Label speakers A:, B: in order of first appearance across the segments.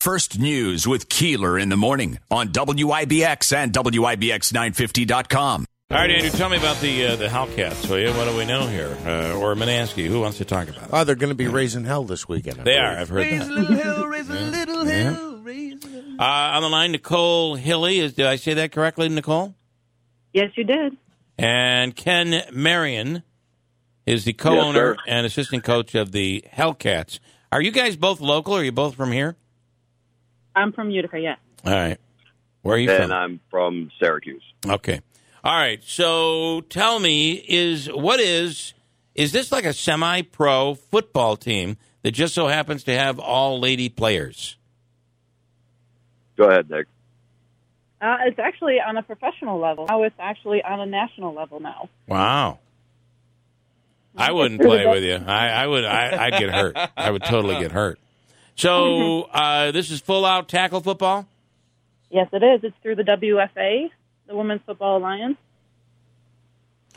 A: First News with Keeler in the morning on WIBX and WIBX950.com.
B: All right, Andrew, tell me about the uh, the Hellcats, will you? What do we know here? Uh, or Manansky, who wants to talk about it?
C: Oh, they're going to be raising hell this weekend. I
B: They are,
C: believe.
B: I've heard
D: Raise a
B: that.
D: little hell, raise a little
B: Yeah.
D: hell, raise a little.
B: Uh, on the line, Nicole Hilly. Is, did I say that correctly, Nicole?
E: Yes, you did.
B: And Ken Marion is the co owner
F: Yes, sir.
B: and assistant coach of the Hellcats. Are you guys both local? Are you both from here?
E: I'm from Utica, yes.
B: All right. Where are you
F: and
B: from?
F: I'm from Syracuse.
B: Okay. All right. So tell me, is what is is this like a semi-pro football team that just so happens to have all lady players?
F: Go ahead, Nick.
E: Uh, it's actually on a professional level. Now it's actually on a national level now.
B: Wow. I wouldn't play with you. I, I would. I, I'd get hurt. I would totally get hurt. So uh, this is full-out tackle football.
E: Yes, it is. It's through the WFA, the Women's Football Alliance.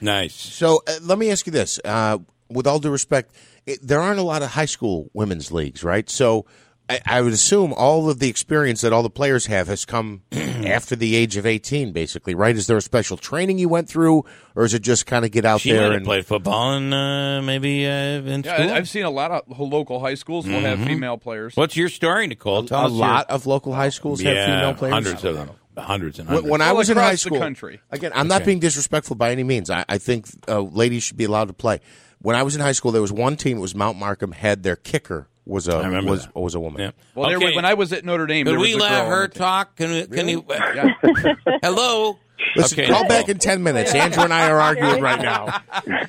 B: Nice.
C: So uh, let me ask you this: uh, with all due respect, it, there aren't a lot of high school women's leagues, right? So I, I would assume all of the experience that all the players have has come after the age of eighteen, basically, right? Is there a special training you went through, or is it just kind of get out
B: She
C: there
B: might have
C: and
B: played football in uh, maybe uh, in
G: Yeah,
B: school. Mm-hmm.
G: I- I've seen a lot of local high schools will have female players.
B: What's your story, Nicole? Tell
C: a
B: us your-
C: lot of local high schools have
B: yeah,
C: female players?
B: Hundreds of them. Hundreds and
C: When,
B: hundreds.
C: when I
G: Well,
C: was in high
G: across the
C: school,
G: country.
C: again, I'm not being disrespectful by any means. I, I think uh, ladies should be allowed to play. When I was in high school, there was one team. It was Mount Markham. Had their kicker was a
B: remember
C: was
B: that.
C: was a woman.
B: Yeah.
G: Well, there
B: Okay.
G: was, when I was at Notre Dame,
B: Could
G: there was
B: we
G: a
B: let
G: girl
B: her
G: on the team.
B: talk? Can we, can you? hello.
C: Listen,
B: Okay,
C: call
B: Nicole.
C: back in ten minutes. Andrew and I are arguing right now.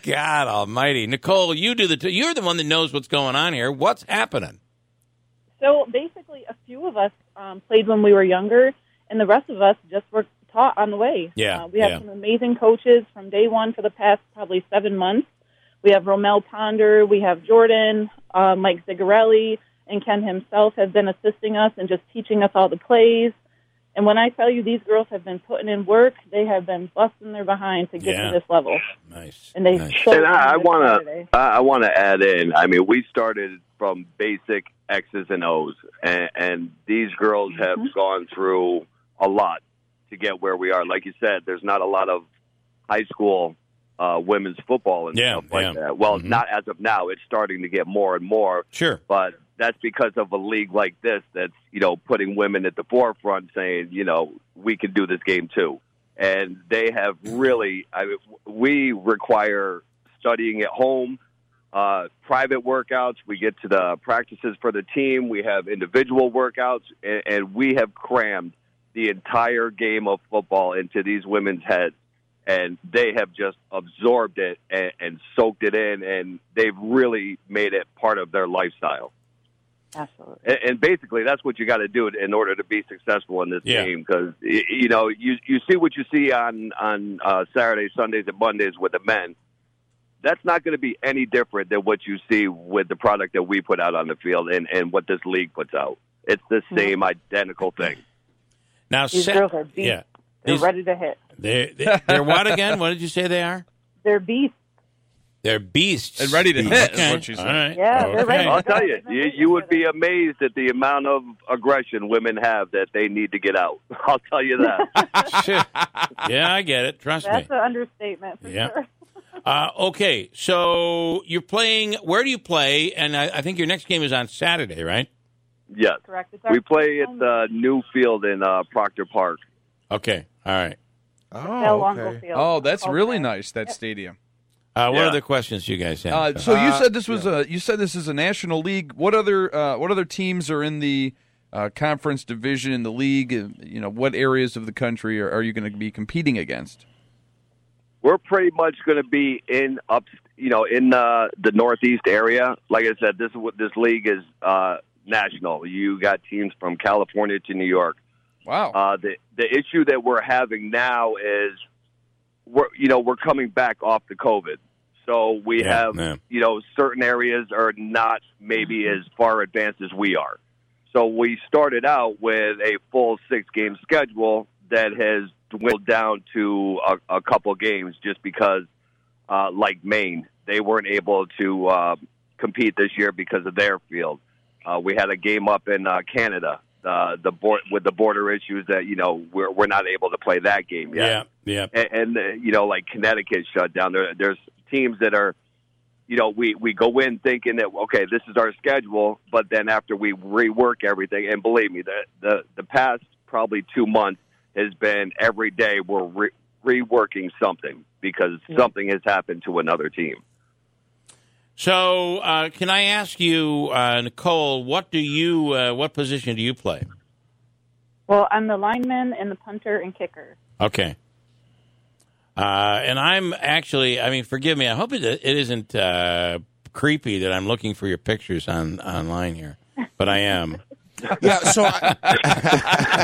B: God Almighty, Nicole, you do the. T- you're the one that knows what's going on here. What's happening?
E: So basically, a few of us um, played when we were younger, and the rest of us just were taught on the way.
B: Yeah,
E: Uh, we have
B: yeah.
E: some amazing coaches from day one for the past probably seven months. We have Romel Ponder, we have Jordan, uh, Mike Zigarelli, and Ken himself have been assisting us and just teaching us all the plays. And when I tell you these girls have been putting in work, they have been busting their behind to get
B: Yeah.
E: to this level.
B: Nice.
E: And they
B: nice.
E: showed
F: and
E: on
F: I, I
E: this
F: want
E: Saturday.
F: to I want to add in. I mean, we started from basic X's and O's, and, and these girls have gone through a lot to get where we are. Like you said, there's not a lot of high school uh, women's football and
B: Yeah,
F: stuff like
B: yeah.
F: that. Well,
B: Mhm.
F: not as of now. It's starting to get more and more,
B: Sure.
F: but that's because of a league like this that's you know putting women at the forefront, saying you know we can do this game too, and they have really. I mean, we require studying at home, uh, private workouts. We get to the practices for the team. We have individual workouts, and, and we have crammed the entire game of football into these women's heads. And they have just absorbed it and, and soaked it in, and they've really made it part of their lifestyle.
E: Absolutely.
F: And, and basically, that's what you got to do in order to be successful in this
B: Yeah.
F: game. Because you know, you you see what you see on on uh, Saturdays, Sundays, and Mondays with the men. That's not going to be any different than what you see with the product that we put out on the field and and what this league puts out. It's the same identical thing.
B: Now,
E: These
B: Sa-
E: girls are beat.
B: yeah,
E: They're
B: These-
E: ready to hit.
B: they're, they're, they're what again? What did you say they are?
E: They're beasts.
B: They're beasts
G: And ready to hit is
B: Okay.
G: what she said.
B: All right.
E: Yeah, they're
B: Okay.
E: ready.
F: I'll tell you, you, you would be amazed at the amount of aggression women have that they need to get out. I'll tell you that.
B: yeah, I get it. Trust me.
E: That's an understatement for
B: Yeah.
E: sure.
B: Uh, okay, so you're playing. Where do you play? And I, I think your next game is on Saturday, right?
F: yes.
E: Correct. It's our
F: We play at uh,
E: home
F: the new field in uh, Proctor Park.
B: Okay. All right.
E: Bell
C: Oh,
E: Uncle
C: okay.
E: Field.
G: Oh, that's
E: Called
G: really
E: that.
G: nice that stadium.
B: Uh, what
F: Yeah.
B: other questions do you guys have?
G: Uh, so you said this was a you said this is a national league. What other uh, what other teams are in the uh, conference division in the league? Uh, You know, what areas of the country are, are you going to be competing against?
F: We're pretty much going to be in up, you know, in the the northeast area. Like I said, this is what this league is uh, national. You got teams from California to New York.
G: Wow.
F: Uh, the the issue that we're having now is we're you know we're coming back off the COVID, so we
B: Yeah,
F: have
B: yeah. Mm-hmm.
F: you know certain areas are not maybe as far advanced as we are. So we started out with a full six game schedule that has dwindled down to a, a couple games just because, uh, like Maine, they weren't able to uh, compete this year because of their field. Uh, we had a game up in uh, Canada uh, the board with the border issues that you know we're we're not able to play that game yet.
B: Yeah. Yeah.
F: And, and uh, you know, like Connecticut shut down. There, there's teams that are, you know, we we go in thinking that okay, this is our schedule, but then after we rework everything, and believe me, the the the past probably two months has been every day we're re- reworking something because something has happened to another team.
B: So, uh, can I ask you, uh, Nicole, what do you, uh, what position do you play?
E: Well, I'm the lineman and the punter and kicker.
B: Okay. Uh, and I'm actually, I mean, forgive me. I hope it, it isn't uh, creepy that I'm looking for your pictures on online here, but I am.
C: Yeah, so I,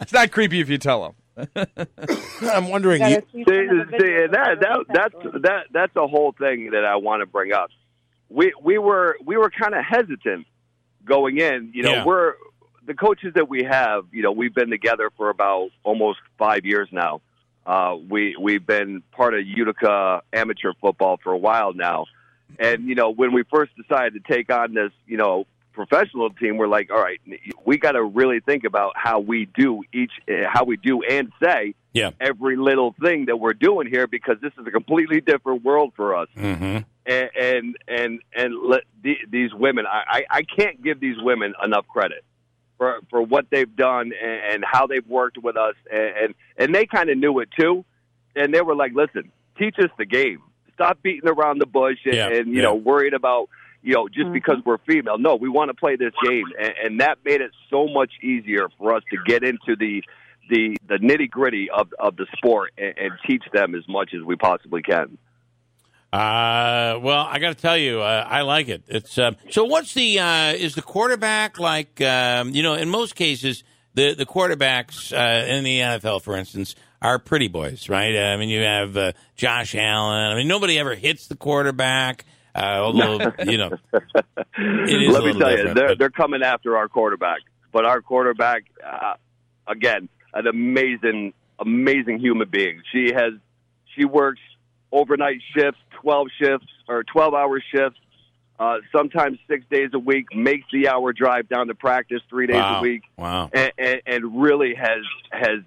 G: It's not creepy if you tell them.
C: I'm wondering.
E: Got
C: You,
E: a few
F: See,
E: kind of a
F: see,
E: video
F: and that
E: of
F: that
E: what I'm doing.
F: that's that that's a whole thing that I want to bring up. We we were we were kind of hesitant going in. You know,
B: Yeah.
F: we're the coaches that we have. You know, we've been together for about almost five years now. Uh, we we've been part of Utica amateur football for a while now, and you know when we first decided to take on this, you know, professional team, we're like, all right, we got to really think about how we do each, how we do and say
B: Yeah.
F: every little thing that we're doing here because this is a completely different world for us.
B: Mm-hmm.
F: And and and, and let the, these women, I, I I can't give these women enough credit for for what they've done and, and how they've worked with us, and and, and they kind of knew it too, and they were like, listen, teach us the game. Stop beating around the bush and,
B: Yeah,
F: and you
B: yeah.
F: know worried about you know just because we're female. No, we want to play this game, and, and that made it so much easier for us to get into the. The, the nitty gritty of, of the sport and, and teach them as much as we possibly can.
B: Uh, well, I got to tell you, uh, I like it. It's uh, so. What's the uh, is the quarterback like? Um, you know, in most cases, the the quarterbacks uh, in the NFL, for instance, are pretty boys, right? I mean, you have uh, Josh Allen. I mean, nobody ever hits the quarterback. Uh, although you know, it is a
F: Let me
B: little
F: tell you,
B: different,
F: they're,
B: but-
F: they're coming after our quarterback. But our quarterback, uh, again, an amazing, amazing human being. She has, she works overnight shifts, twelve shifts or twelve-hour shifts, uh, sometimes six days a week. Makes the hour drive down to practice three days
B: wow,
F: a week,
B: Wow.
F: and, and, and really has has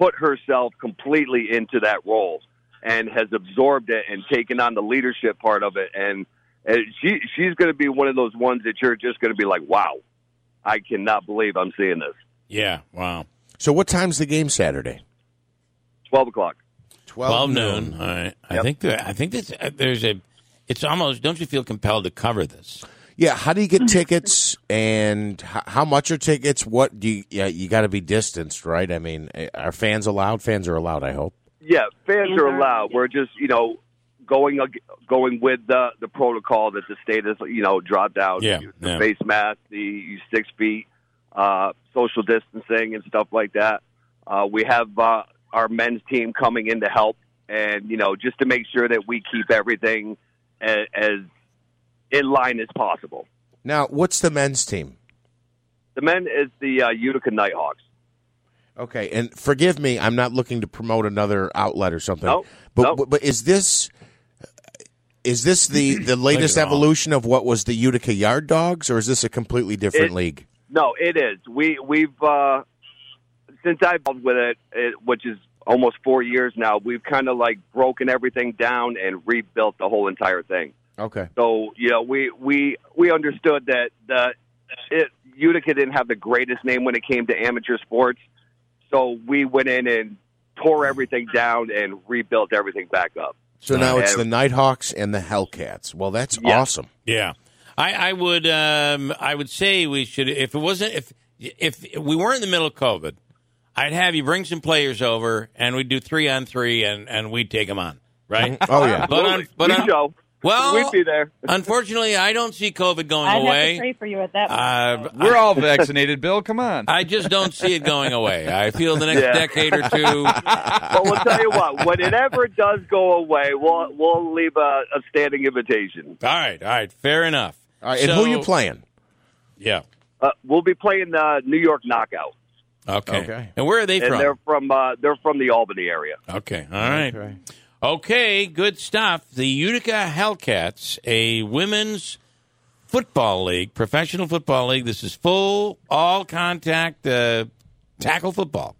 F: put herself completely into that role and has absorbed it and taken on the leadership part of it and, and she she's going to be one of those ones that you're just going to be like wow I cannot believe I'm seeing this
B: Yeah. Wow.
C: so what time's the game Saturday?
F: 12 o'clock
B: Twelve noon. All right. I think there, I think that's, uh, there's a. It's almost. Don't you feel compelled to cover this?
C: Yeah. How do you get tickets? And h- how much are tickets? What do you? Yeah, you got to be distanced, right? I mean, eh, are fans allowed? Fans are allowed. I hope.
F: yeah fans
E: Fans
F: are
E: are-
F: allowed we're just you know going ag- going with the the protocol that the state has you know dropped out
B: Yeah,
F: the
B: yeah.
F: face mask the six feet uh, social distancing and stuff like that uh, we have uh, our men's team coming in to help and you know just to make sure that we keep everything as, as in line as possible
C: Now, what's the men's team?
F: the men is the uh, utica nighthawks
C: Okay, and forgive me, I'm not looking to promote another outlet or something.
F: No,
C: but
F: no.
C: but is this is this the the latest
B: at all.
C: evolution of what was the Utica Yard Dogs, or is this a completely different
F: It-
C: league?
F: No, it is. We we've uh, since I've been with it, it, which is almost four years now. We've kind of like broken everything down and rebuilt the whole entire thing.
C: Okay,
F: So you know, we we we understood that the it, Utica didn't have the greatest name when it came to amateur sports. So we went in and tore everything down and rebuilt everything back up.
C: so now it's
F: Uh,
C: the Nighthawks and the Hellcats. Well, that's
F: Yeah.
C: awesome.
B: Yeah, I, I would. Um, I would say we should. If it wasn't, if if we weren't in the middle of COVID, I'd have you bring some players over, and we'd do three on three, and and we'd take them on. Right.
C: Oh yeah,
B: But on,
F: Absolutely.
B: but
F: We
B: on,
F: show.
B: well,
F: we'd be there.
B: unfortunately, I don't see COVID going
E: I'd have to
B: away.
E: pray for you at that point.
B: Uh,
G: We're all vaccinated, Bill. Come on.
B: I just don't see it going away. I feel the next
F: Yeah.
B: decade or two.
F: But we'll tell you what. When it ever does go away, we'll we'll leave a, a standing invitation.
B: All right, all right, fair enough.
C: All right, and who
B: So-
C: are you playing?
B: Yeah.
F: Uh, we'll be playing the New York Knockout,
B: Okay.
C: Okay.
B: And where are they
F: and
B: from?
F: they're from uh, they're from the Albany area.
B: Okay. All right. Okay. good stuff. The Utica Hellcats, a women's football league, professional football league. This is full all contact uh, tackle football.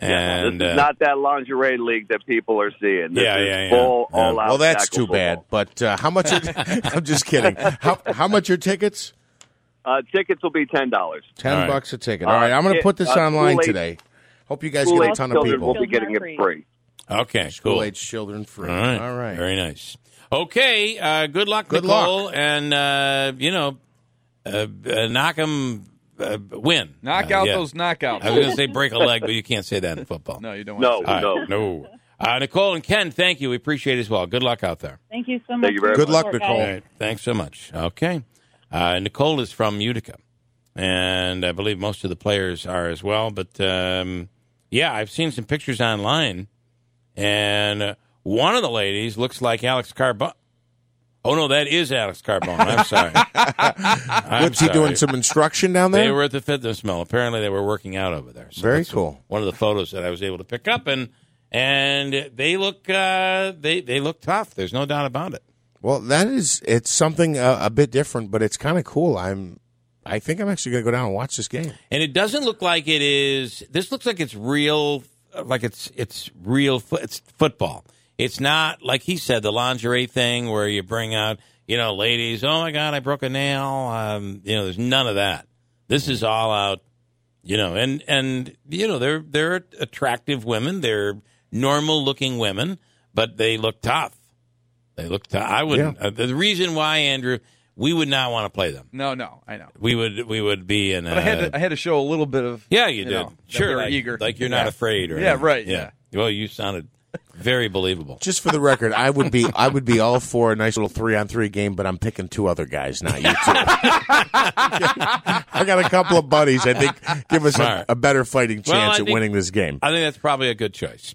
F: Yeah,
B: And
F: this is
B: uh,
F: not that lingerie league that people are seeing. This
B: Yeah,
F: is
B: yeah, yeah.
F: full,
B: Yeah.
F: all out.
C: Oh, Well, that's
F: tackle
C: too bad.
F: football.
C: But uh, how much? Are, I'm just kidding. How how much are tickets?
F: Uh, tickets will be ten dollars.
C: Ten
B: All right.
C: bucks a ticket. All right, I'm going to
F: Uh,
C: put this
F: uh,
C: online
F: school-age-
C: today. Hope you guys
F: School
C: get a
F: age
C: ton of
F: children
C: people.
F: will be getting it free.
B: okay,
C: School
B: cool.
C: age children free.
B: All right.
C: All right.
B: Very nice. Okay. Uh, good luck,
C: Good
B: Nicole. And, uh, you know, uh, uh, knock 'em, uh, win.
G: Knock
B: Uh,
G: out
B: yeah.
G: those knockouts.
B: I was going to say break a leg, but you can't say that in football.
G: no, you don't.
F: No.
G: Want to
B: All right, no. Uh, Nicole and Ken, thank you. We appreciate it as well. Good luck out there.
E: Thank you so much.
F: you very
E: for your
C: Good luck,
E: support,
C: Nicole.
E: guys.
B: All right. Thanks so much. Okay. Uh, Nicole is from Utica, and I believe most of the players are as well. But um, yeah, I've seen some pictures online, and uh, one of the ladies looks like Alex Carbone. Oh no, that is Alex Carbone. I'm sorry. I'm
C: What's he
B: sorry.
C: doing? Some instruction down there?
B: They were at the fitness mill. Apparently, they were working out over there. So
C: Very
B: that's
C: cool.
B: One of the photos that I was able to pick up, and and they look uh, they they look tough. There's no doubt about it.
C: well, that is. It's something uh, a bit different, but it's kind of cool. I'm. I think I'm actually going to go down and watch this game.
B: and it doesn't look like it is. This looks like it's real, like it's it's real. fo- It's football. It's not like he said the lingerie thing where you bring out you know ladies. Oh my God, I broke a nail. Um, you know, there's none of that. This is all out. You know, and and you know they're they're attractive women. They're normal looking women, but they look tough. They look tough. I wouldn't. Uh, the reason why, Andrew, we would not want to play them.
G: no, no, I know.
B: We would we would be in.
G: But I had
B: uh,
G: to, I had to show a little bit of.
B: yeah, you, did.
G: know, that
B: sure,
G: we were
B: like,
G: eager.
B: like you're not
G: Yeah.
B: afraid, or
G: Yeah,
B: anything.
G: right,
B: Well, you sounded very believable.
C: Just for the record, I would be I would be all for a nice little three on three game, but I'm picking two other guys, not you two. I got a couple of buddies. I think give us
B: Smart.
C: a, a better fighting
B: Well, I
C: chance at
B: think-
C: winning this game.
B: I think that's probably a good choice.